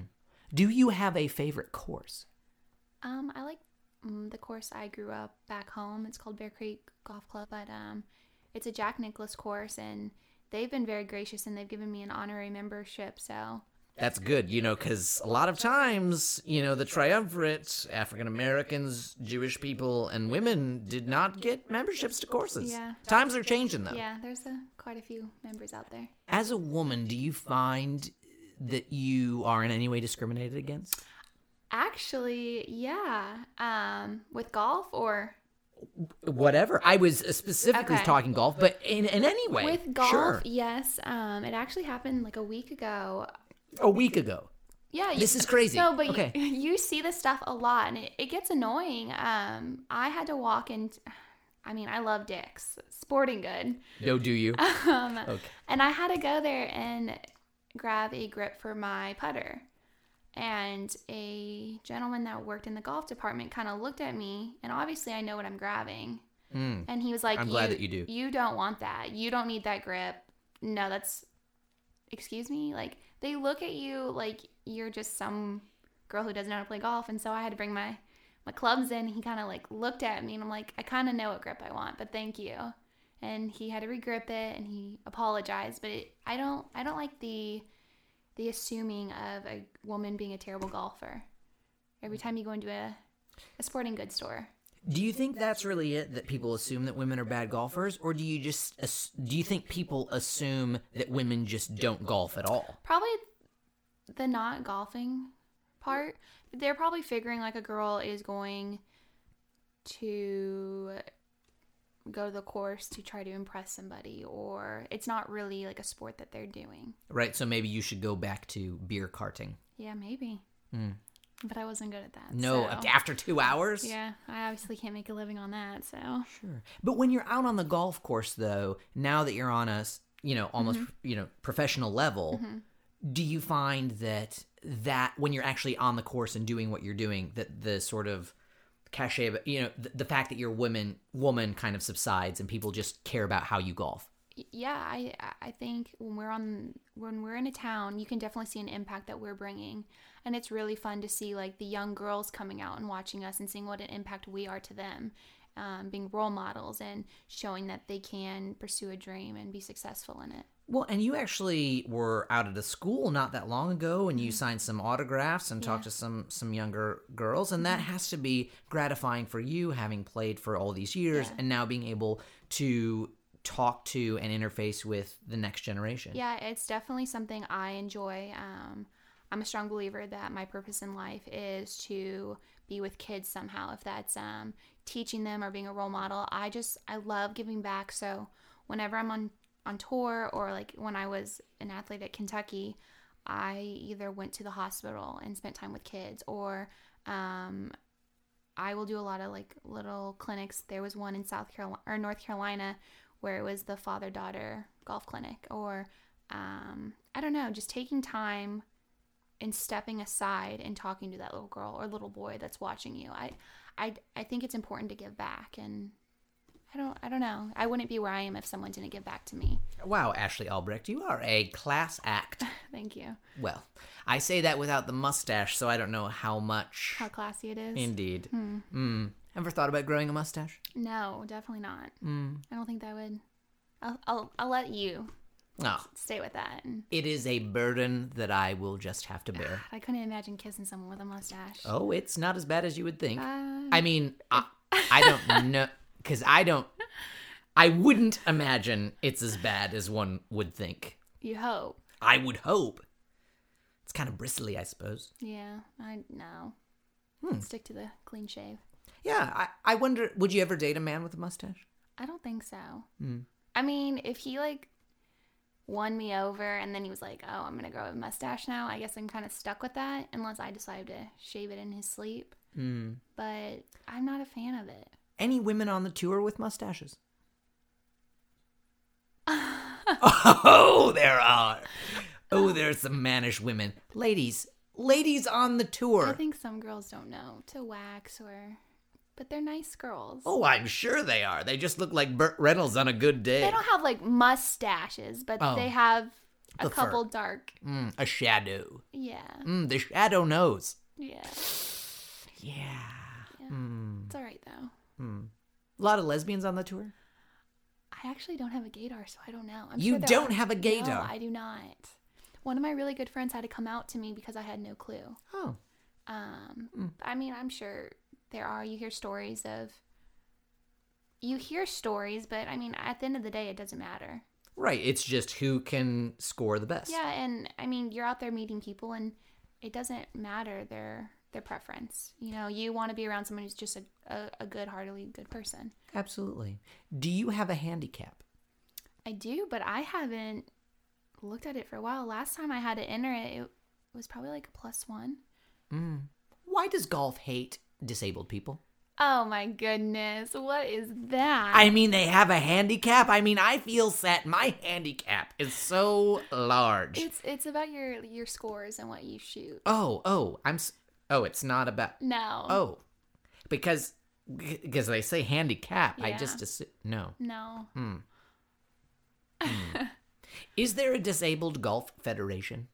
Speaker 2: Do you have a favorite course?
Speaker 4: Um, I like mm, the course I grew up back home. It's called Bear Creek Golf Club, but um, it's a Jack Nicklaus course, and they've been very gracious and they've given me an honorary membership. So
Speaker 2: That's good, you know, because a lot of times, you know, the triumvirate, African Americans, Jewish people, and women did not get memberships to courses.
Speaker 4: Yeah.
Speaker 2: Times are changing, though.
Speaker 4: yeah, there's a, quite a few members out there.
Speaker 2: As a woman, do you find that you are in any way discriminated against?
Speaker 4: Actually, yeah. Um, with golf or
Speaker 2: Whatever. I was uh, specifically
Speaker 4: Okay.
Speaker 2: talking golf, but in, in any way.
Speaker 4: with golf,
Speaker 2: Sure.
Speaker 4: yes. Um, it actually happened like a week ago.
Speaker 2: A week ago.
Speaker 4: Yeah, you-
Speaker 2: This is crazy.
Speaker 4: No, but
Speaker 2: okay.
Speaker 4: you, you see this stuff a lot, and it, it gets annoying. Um, I had to walk in. I mean, I love Dick's Sporting Good,
Speaker 2: No, do you?
Speaker 4: um,
Speaker 2: Okay.
Speaker 4: and I had to go there and grab a grip for my putter. And a gentleman that worked in the golf department kind of looked at me, and obviously I know what I'm grabbing.
Speaker 2: Mm.
Speaker 4: And he was like,
Speaker 2: I'm glad that you do.
Speaker 4: You don't want that. You don't need that grip. No, that's excuse me. Like they look at you like you're just some girl who doesn't know how to play golf. And so I had to bring my my clubs in. He kind of like looked at me, and I'm like, I kind of know what grip I want, but thank you. And he had to regrip it, and he apologized. But it, I don't I don't like the the assuming of a woman being a terrible golfer.
Speaker 2: Mm.
Speaker 4: Every time you go into a a sporting goods store.
Speaker 2: Do you think that's really it that people assume that women are bad golfers or do you just ass- do you think people assume that women just don't golf at all?
Speaker 4: probably the not golfing part they're probably figuring like a girl is going to go to the course to try to impress somebody or it's not really like a sport that they're doing
Speaker 2: Right? So maybe you should go back to beer carting.
Speaker 4: yeah maybe but i wasn't good at that
Speaker 2: No,
Speaker 4: so-
Speaker 2: after 2 hours?
Speaker 4: yeah i obviously can't make a living on that so
Speaker 2: Sure. But when you're out on the golf course though, now that you're on a, s- you know, almost, you know, professional level, do you find that that when you're actually on the course and doing what you're doing, that the sort of cachet, of- you know, the, the fact that you're woman woman kind of subsides and people just care about how you golf?
Speaker 4: yeah i i think when we're on when we're in a town you can definitely see an impact that we're bringing and it's really fun to see like the young girls coming out and watching us and seeing what an impact we are to them um, being role models and showing that they can pursue a dream and be successful in it
Speaker 2: Well, and you actually were out at a school not that long ago,
Speaker 4: Mm-hmm.
Speaker 2: and you signed some autographs and talked to some some younger girls, and
Speaker 4: Mm-hmm.
Speaker 2: that has to be gratifying for you, having played for all these years,
Speaker 4: Yeah.
Speaker 2: and now being able to talk to and interface with the next generation.
Speaker 4: yeah it's definitely something i enjoy um, i'm a strong believer that my purpose in life is to be with kids somehow if that's um, teaching them or being a role model i just i love giving back so whenever i'm on on tour or like when i was an athlete at kentucky i either went to the hospital and spent time with kids or um, i will do a lot of like little clinics there was one in south carolina or north carolina where it was the father daughter golf clinic or um, i don't know just taking time and stepping aside and talking to that little girl or little boy that's watching you. I I I think it's important to give back and I don't I don't know. I wouldn't be where I am if someone didn't give back to me.
Speaker 2: Wow, Ashley Albrecht, you are a class act.
Speaker 4: Thank you.
Speaker 2: Well, I say that without the mustache, so I don't know how much.
Speaker 4: How Hmm. classy it is.
Speaker 2: Indeed. Mm. Ever thought about growing a mustache?
Speaker 4: no, definitely not. Mm. I don't think that would I'll, I'll I'll let you
Speaker 2: Ah,
Speaker 4: stay with that. And
Speaker 2: it is a burden that I will just have to bear.
Speaker 4: I couldn't imagine kissing someone with a mustache.
Speaker 2: Oh, it's not as bad as you would think.
Speaker 4: Um,
Speaker 2: I mean, I, I don't know, because I don't. I wouldn't imagine it's as bad as one would think.
Speaker 4: you hope.
Speaker 2: I would hope. It's kind of bristly, I suppose.
Speaker 4: Yeah, I no. Stick to the clean shave.
Speaker 2: Yeah, I, I wonder, would you ever date a man with a mustache?
Speaker 4: I don't think so.
Speaker 2: Hmm.
Speaker 4: I mean, if he like won me over and then he was like, "Oh, I'm gonna grow a mustache now," I guess I'm kind of stuck with that unless I decide to shave it in his sleep.
Speaker 2: Hmm.
Speaker 4: But I'm not a fan of it.
Speaker 2: Any women on the tour with mustaches? oh, there are. Oh, there's some mannish women. Ladies, ladies on the
Speaker 4: I
Speaker 2: tour.
Speaker 4: think some girls don't know to wax or, but they're nice girls.
Speaker 2: Oh, I'm sure they are. They just look like Burt Reynolds on a good day.
Speaker 4: They don't have like mustaches, but
Speaker 2: Oh.
Speaker 4: they have a
Speaker 2: The fur.
Speaker 4: couple dark.
Speaker 2: Mm, a shadow.
Speaker 4: Yeah,
Speaker 2: Mm, the shadow knows.
Speaker 4: yeah.
Speaker 2: Yeah. Hmm,
Speaker 4: It's all right though.
Speaker 2: A lot of lesbians on the tour?
Speaker 4: I actually don't have a gaydar, so I don't know. I'm
Speaker 2: You
Speaker 4: sure there
Speaker 2: don't
Speaker 4: are-
Speaker 2: have a
Speaker 4: No,
Speaker 2: gaydar?
Speaker 4: I do not. One of my really good friends had to come out to me because I had no clue.
Speaker 2: Oh.
Speaker 4: Um,
Speaker 2: Hmm.
Speaker 4: I mean, I'm sure there are. You hear stories of. You hear stories, but I mean, at the end of the day, it doesn't matter.
Speaker 2: Right. It's just who can score the best.
Speaker 4: Yeah, and I mean, you're out there meeting people, and it doesn't matter their their preference. You know, you want to be around someone who's just a, a, a good, heartily good person.
Speaker 2: Absolutely. Do you have a handicap?
Speaker 4: I do, but I haven't looked at it for a while. Last time I had to enter it, it was probably like a plus one.
Speaker 2: Why does golf hate disabled people?
Speaker 4: Oh my goodness, what is that?
Speaker 2: I mean, they have a handicap. I mean, I feel sad. My handicap is so large.
Speaker 4: it's it's about your your scores and what you shoot.
Speaker 2: oh, oh, I'm. s oh, it's not about.
Speaker 4: No.
Speaker 2: Oh, because because they say handicap. I
Speaker 4: Yeah.
Speaker 2: just assu- no.
Speaker 4: No.
Speaker 2: Is there a disabled golf federation?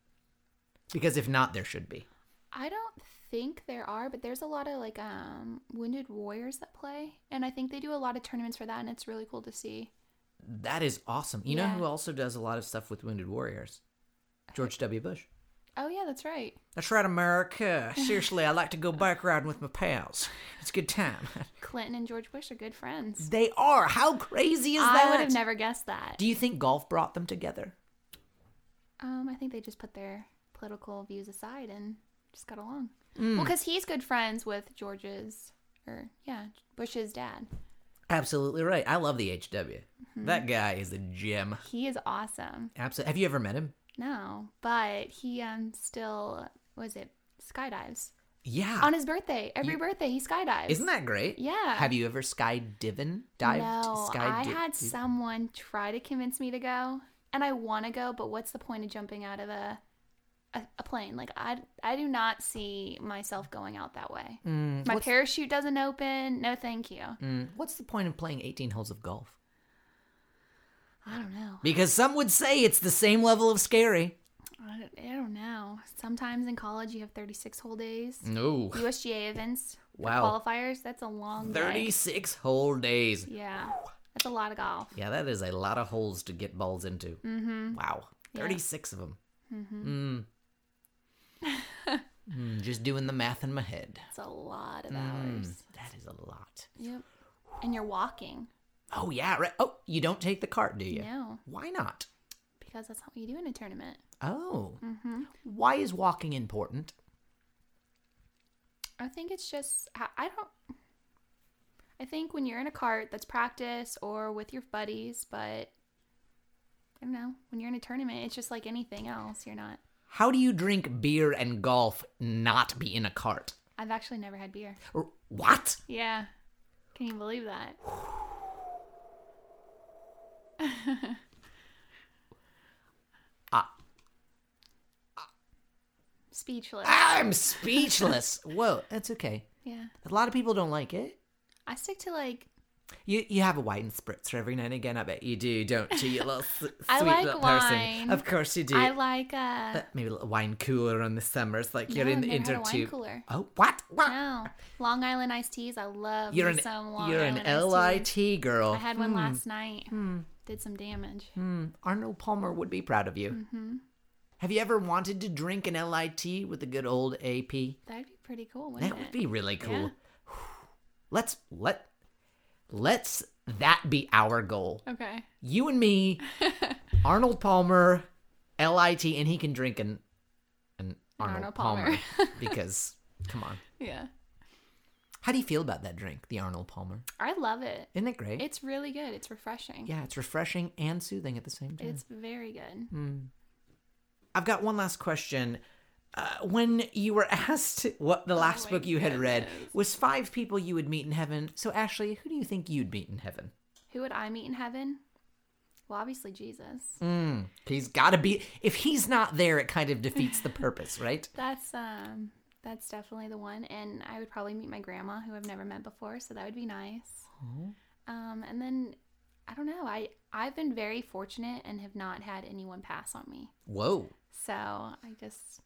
Speaker 2: Because if not, there should be.
Speaker 4: I don't think there are, but there's a lot of like um wounded warriors that play, and I think they do a lot of tournaments for that, and it's really cool to see.
Speaker 2: That is awesome. You know
Speaker 4: Yeah.
Speaker 2: who also does a lot of stuff with wounded warriors? George W. Bush.
Speaker 4: Oh yeah, that's right.
Speaker 2: That's right, America. Seriously, I like to go bike riding with my pals. It's a good time.
Speaker 4: Clinton and George Bush are good friends.
Speaker 2: they are. How crazy is that?
Speaker 4: I would have never guessed that.
Speaker 2: Do you think golf brought them together?
Speaker 4: Um, I think they just put their political views aside and just got along. Well, because he's good friends with George's or yeah, Bush's dad.
Speaker 2: Absolutely right. I love the HW.
Speaker 4: Mm-hmm.
Speaker 2: That guy is a gem.
Speaker 4: He is awesome.
Speaker 2: Absolutely. Have you ever met him?
Speaker 4: No, but he um still was it skydives
Speaker 2: Yeah.
Speaker 4: on his birthday. Every birthday he skydives.
Speaker 2: Isn't that great?
Speaker 4: Yeah.
Speaker 2: Have you ever sky divin dived?
Speaker 4: No,
Speaker 2: sky
Speaker 4: I
Speaker 2: di-
Speaker 4: had someone try to convince me to go, and I want to go, but what's the point of jumping out of a a, a plane? Like I I do not see myself going out that way. My parachute doesn't open. No, thank you.
Speaker 2: Mm, What's the point of playing 18 holes of golf?
Speaker 4: I don't know.
Speaker 2: Because some would say it's the same level of scary.
Speaker 4: I don't, I don't know. Sometimes in college you have 36 whole days.
Speaker 2: No.
Speaker 4: USGA events, for
Speaker 2: Mm. Wow.
Speaker 4: qualifiers, that's a long day.
Speaker 2: 36 whole days.
Speaker 4: Yeah. That's a lot of golf.
Speaker 2: Yeah, that is a lot of holes to get balls into. Mm-hmm. Wow. 36 of them. Mm-hmm. mm. Just doing the math in my head.
Speaker 4: It's a lot of
Speaker 2: Mm,
Speaker 4: hours.
Speaker 2: that is a lot.
Speaker 4: Yep. And you're walking.
Speaker 2: Oh, yeah. Right. Oh, you don't take the cart, do you?
Speaker 4: No,
Speaker 2: Why not?
Speaker 4: because that's not what you do in a tournament.
Speaker 2: Oh. Why is walking important?
Speaker 4: I think it's just I I don't. I think when you're in a cart, that's practice or with your buddies, but I don't know. When you're in a tournament, it's just like anything else. You're not.
Speaker 2: How do you drink beer and golf not be in a cart?
Speaker 4: I've actually never had beer.
Speaker 2: Or- What?
Speaker 4: Yeah. Can you believe that?
Speaker 2: Ah.
Speaker 4: Speechless.
Speaker 2: I'm speechless. Whoa, that's okay.
Speaker 4: Yeah.
Speaker 2: A lot of people don't like it.
Speaker 4: I stick to like
Speaker 2: You you have a wine spritzer every now and again. I bet you do, don't you, you little s- sweet
Speaker 4: I like
Speaker 2: little
Speaker 4: wine.
Speaker 2: person? Of course you do.
Speaker 4: I like uh
Speaker 2: Uh, maybe a little wine cooler in the summers, like you're
Speaker 4: no,
Speaker 2: in
Speaker 4: I've
Speaker 2: the
Speaker 4: never had a
Speaker 2: inner
Speaker 4: wine
Speaker 2: tube.
Speaker 4: cooler.
Speaker 2: Oh, what? What?
Speaker 4: No. Long Island iced teas. I love
Speaker 2: You're
Speaker 4: me
Speaker 2: an
Speaker 4: some Long
Speaker 2: you're an
Speaker 4: Island iced teas.
Speaker 2: LIT girl.
Speaker 4: I had one last night. Did some damage.
Speaker 2: Hmm, Arnold Palmer would be proud of you.
Speaker 4: Mm-hmm.
Speaker 2: Have you ever wanted to drink an LIT with a good old AP?
Speaker 4: That'd be pretty cool, wouldn't
Speaker 2: That would
Speaker 4: it?
Speaker 2: be really cool.
Speaker 4: Yeah.
Speaker 2: Let's let let's that be our goal.
Speaker 4: Okay.
Speaker 2: You and me, Arnold Palmer, LIT, and he can drink an an Arnold,
Speaker 4: Arnold
Speaker 2: Palmer,
Speaker 4: Palmer.
Speaker 2: because come on.
Speaker 4: Yeah.
Speaker 2: How do you feel about that drink, the Arnold Palmer?
Speaker 4: I love it.
Speaker 2: Isn't it great?
Speaker 4: It's really good. It's refreshing.
Speaker 2: yeah, it's refreshing and soothing at the same time.
Speaker 4: It's very good.
Speaker 2: Hmm. I've got one last question. Uh, when you were asked what the last
Speaker 4: Oh my
Speaker 2: book you had read
Speaker 4: goodness.
Speaker 2: was five people you would meet in heaven. So Ashley, who do you think you'd meet in heaven?
Speaker 4: Who would I meet in heaven? Well, obviously Jesus.
Speaker 2: Mm, he's got to be. If he's not there, it kind of defeats the purpose, right?
Speaker 4: That's um that's definitely the one and I would probably meet my grandma who I've never met before, so that would be nice.
Speaker 2: Oh.
Speaker 4: Um and then I don't know. I I've been very fortunate and have not had anyone pass on me.
Speaker 2: Whoa!
Speaker 4: So, I just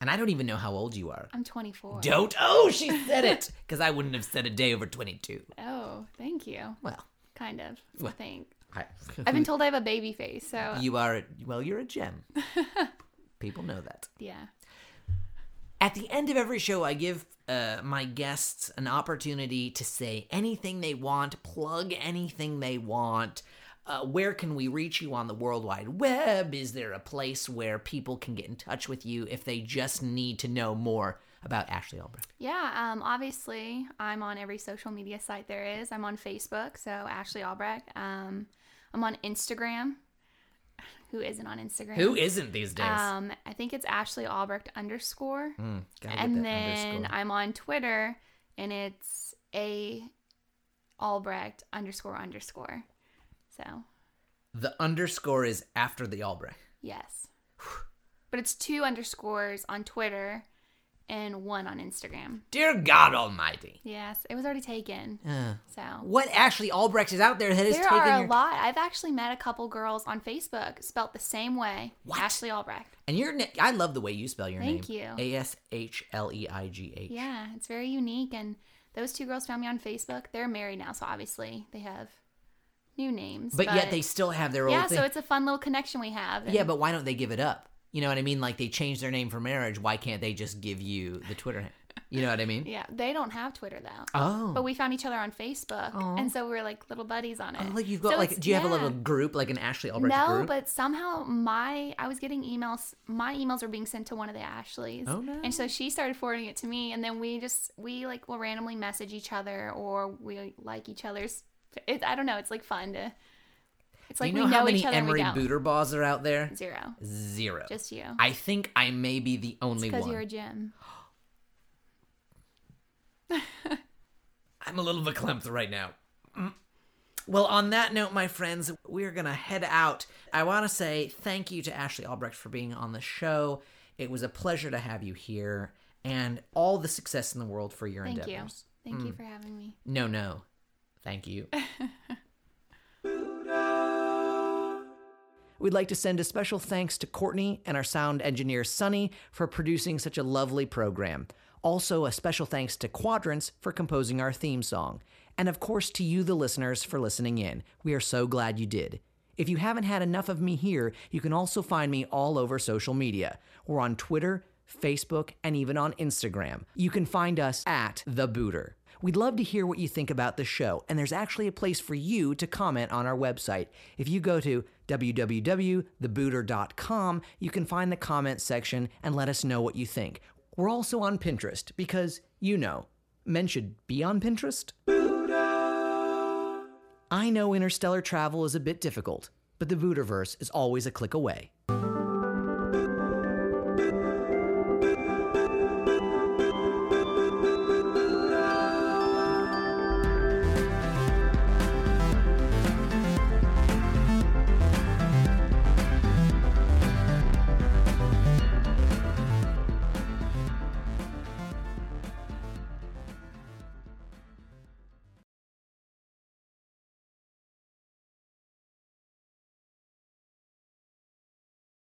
Speaker 2: And I don't even know how old you are.
Speaker 4: I'm 24.
Speaker 2: Don't. Oh, she said it because I wouldn't have said a day over twenty-two.
Speaker 4: Oh, thank you.
Speaker 2: Well,
Speaker 4: Kind of, I
Speaker 2: Well-
Speaker 4: think.
Speaker 2: I,
Speaker 4: I've been told I have a baby face, so
Speaker 2: you are. a- Well, you're a gem. People know that.
Speaker 4: yeah.
Speaker 2: At the end of every show, I give uh, my guests an opportunity to say anything they want, plug anything they want. Uh, where can we reach you on the World Wide Web? Is there a place where people can get in touch with you if they just need to know more about Ashley Albrecht?
Speaker 4: Yeah, um, obviously, I'm on every social media site there is. I'm on Facebook, so Ashley Albrecht. Um, I'm on Instagram. Who isn't on Instagram?
Speaker 2: Who isn't these days?
Speaker 4: Um, I think it's Ashley Albrecht underscore.
Speaker 2: Mm, gotta get
Speaker 4: and
Speaker 2: that
Speaker 4: then
Speaker 2: underscore.
Speaker 4: I'm on Twitter, and it's A Albrecht underscore underscore. So,
Speaker 2: the underscore is after the Albrecht.
Speaker 4: yes. But it's two underscores on Twitter and one on Instagram.
Speaker 2: Dear God Almighty.
Speaker 4: Yes, it was already taken.
Speaker 2: Uh,
Speaker 4: So,
Speaker 2: what Ashley Albrecht is out there that is
Speaker 4: There
Speaker 2: taking
Speaker 4: are a
Speaker 2: your
Speaker 4: lot. I've actually met a couple girls on Facebook spelt the same way.
Speaker 2: What?
Speaker 4: Ashley Albrecht.
Speaker 2: And your na- I love the way you spell your
Speaker 4: Thank
Speaker 2: name.
Speaker 4: you.
Speaker 2: A S H L E I G H.
Speaker 4: Yeah, it's very unique. And those two girls found me on Facebook. They're married now, so obviously they have new names.
Speaker 2: But, yet they still have their
Speaker 4: Yeah,
Speaker 2: old thing.
Speaker 4: so it's a fun little connection we have. and-
Speaker 2: yeah, but why don't they give it up? You know what I mean? Like they changed their name for marriage. Why can't they just give you the Twitter name? You know what I mean?
Speaker 4: Yeah, they don't have Twitter though.
Speaker 2: Oh.
Speaker 4: But we found each other on Facebook, and so we were like little buddies on it.
Speaker 2: Oh, like you've got
Speaker 4: So
Speaker 2: like
Speaker 4: it's-
Speaker 2: do you have a
Speaker 4: yeah.
Speaker 2: little group like an Ashley Albrecht
Speaker 4: no,
Speaker 2: group?
Speaker 4: but somehow my I was getting emails. My emails were being sent to one of the Ashleys,
Speaker 2: Oh, no.
Speaker 4: and so she started forwarding it to me, and then we just we like will randomly message each other or we like each other's. It, I don't know. It's like fun to. It's
Speaker 2: do
Speaker 4: like
Speaker 2: you know
Speaker 4: we know
Speaker 2: how many
Speaker 4: each other.
Speaker 2: Emery
Speaker 4: and we don't.
Speaker 2: Booterbaws are out there?
Speaker 4: Zero,
Speaker 2: Zero.
Speaker 4: just you.
Speaker 2: I think I may be the only
Speaker 4: Because
Speaker 2: one.
Speaker 4: you're a gym.
Speaker 2: I'm a little verklempt right now. Mm. Well, on that note, my friends, we're going to head out. I want to say thank you to Ashley Albrecht for being on the show. It was a pleasure to have you here and all the success in the world for your
Speaker 4: Thank you.
Speaker 2: endeavors. Hmm.
Speaker 4: Thank you for having me.
Speaker 2: No, no. Thank you. We'd like to send a special thanks to Courtney and our sound engineer Sunny for producing such a lovely program. Also, a special thanks to Quadrants for composing our theme song. And of course, to you, the listeners, for listening in. We are so glad you did. If you haven't had enough of me here, you can also find me all over social media. We're on Twitter, Facebook, and even on Instagram. You can find us at The Booter. We'd love to hear what you think about the show, and there's actually a place for you to comment on our website. If you go to www.thebooter.com, you can find the comment section and let us know what you think. We're also on Pinterest because, you know, men should be on Pinterest. I know interstellar travel is a bit difficult, but the Voodooverse is always a click away.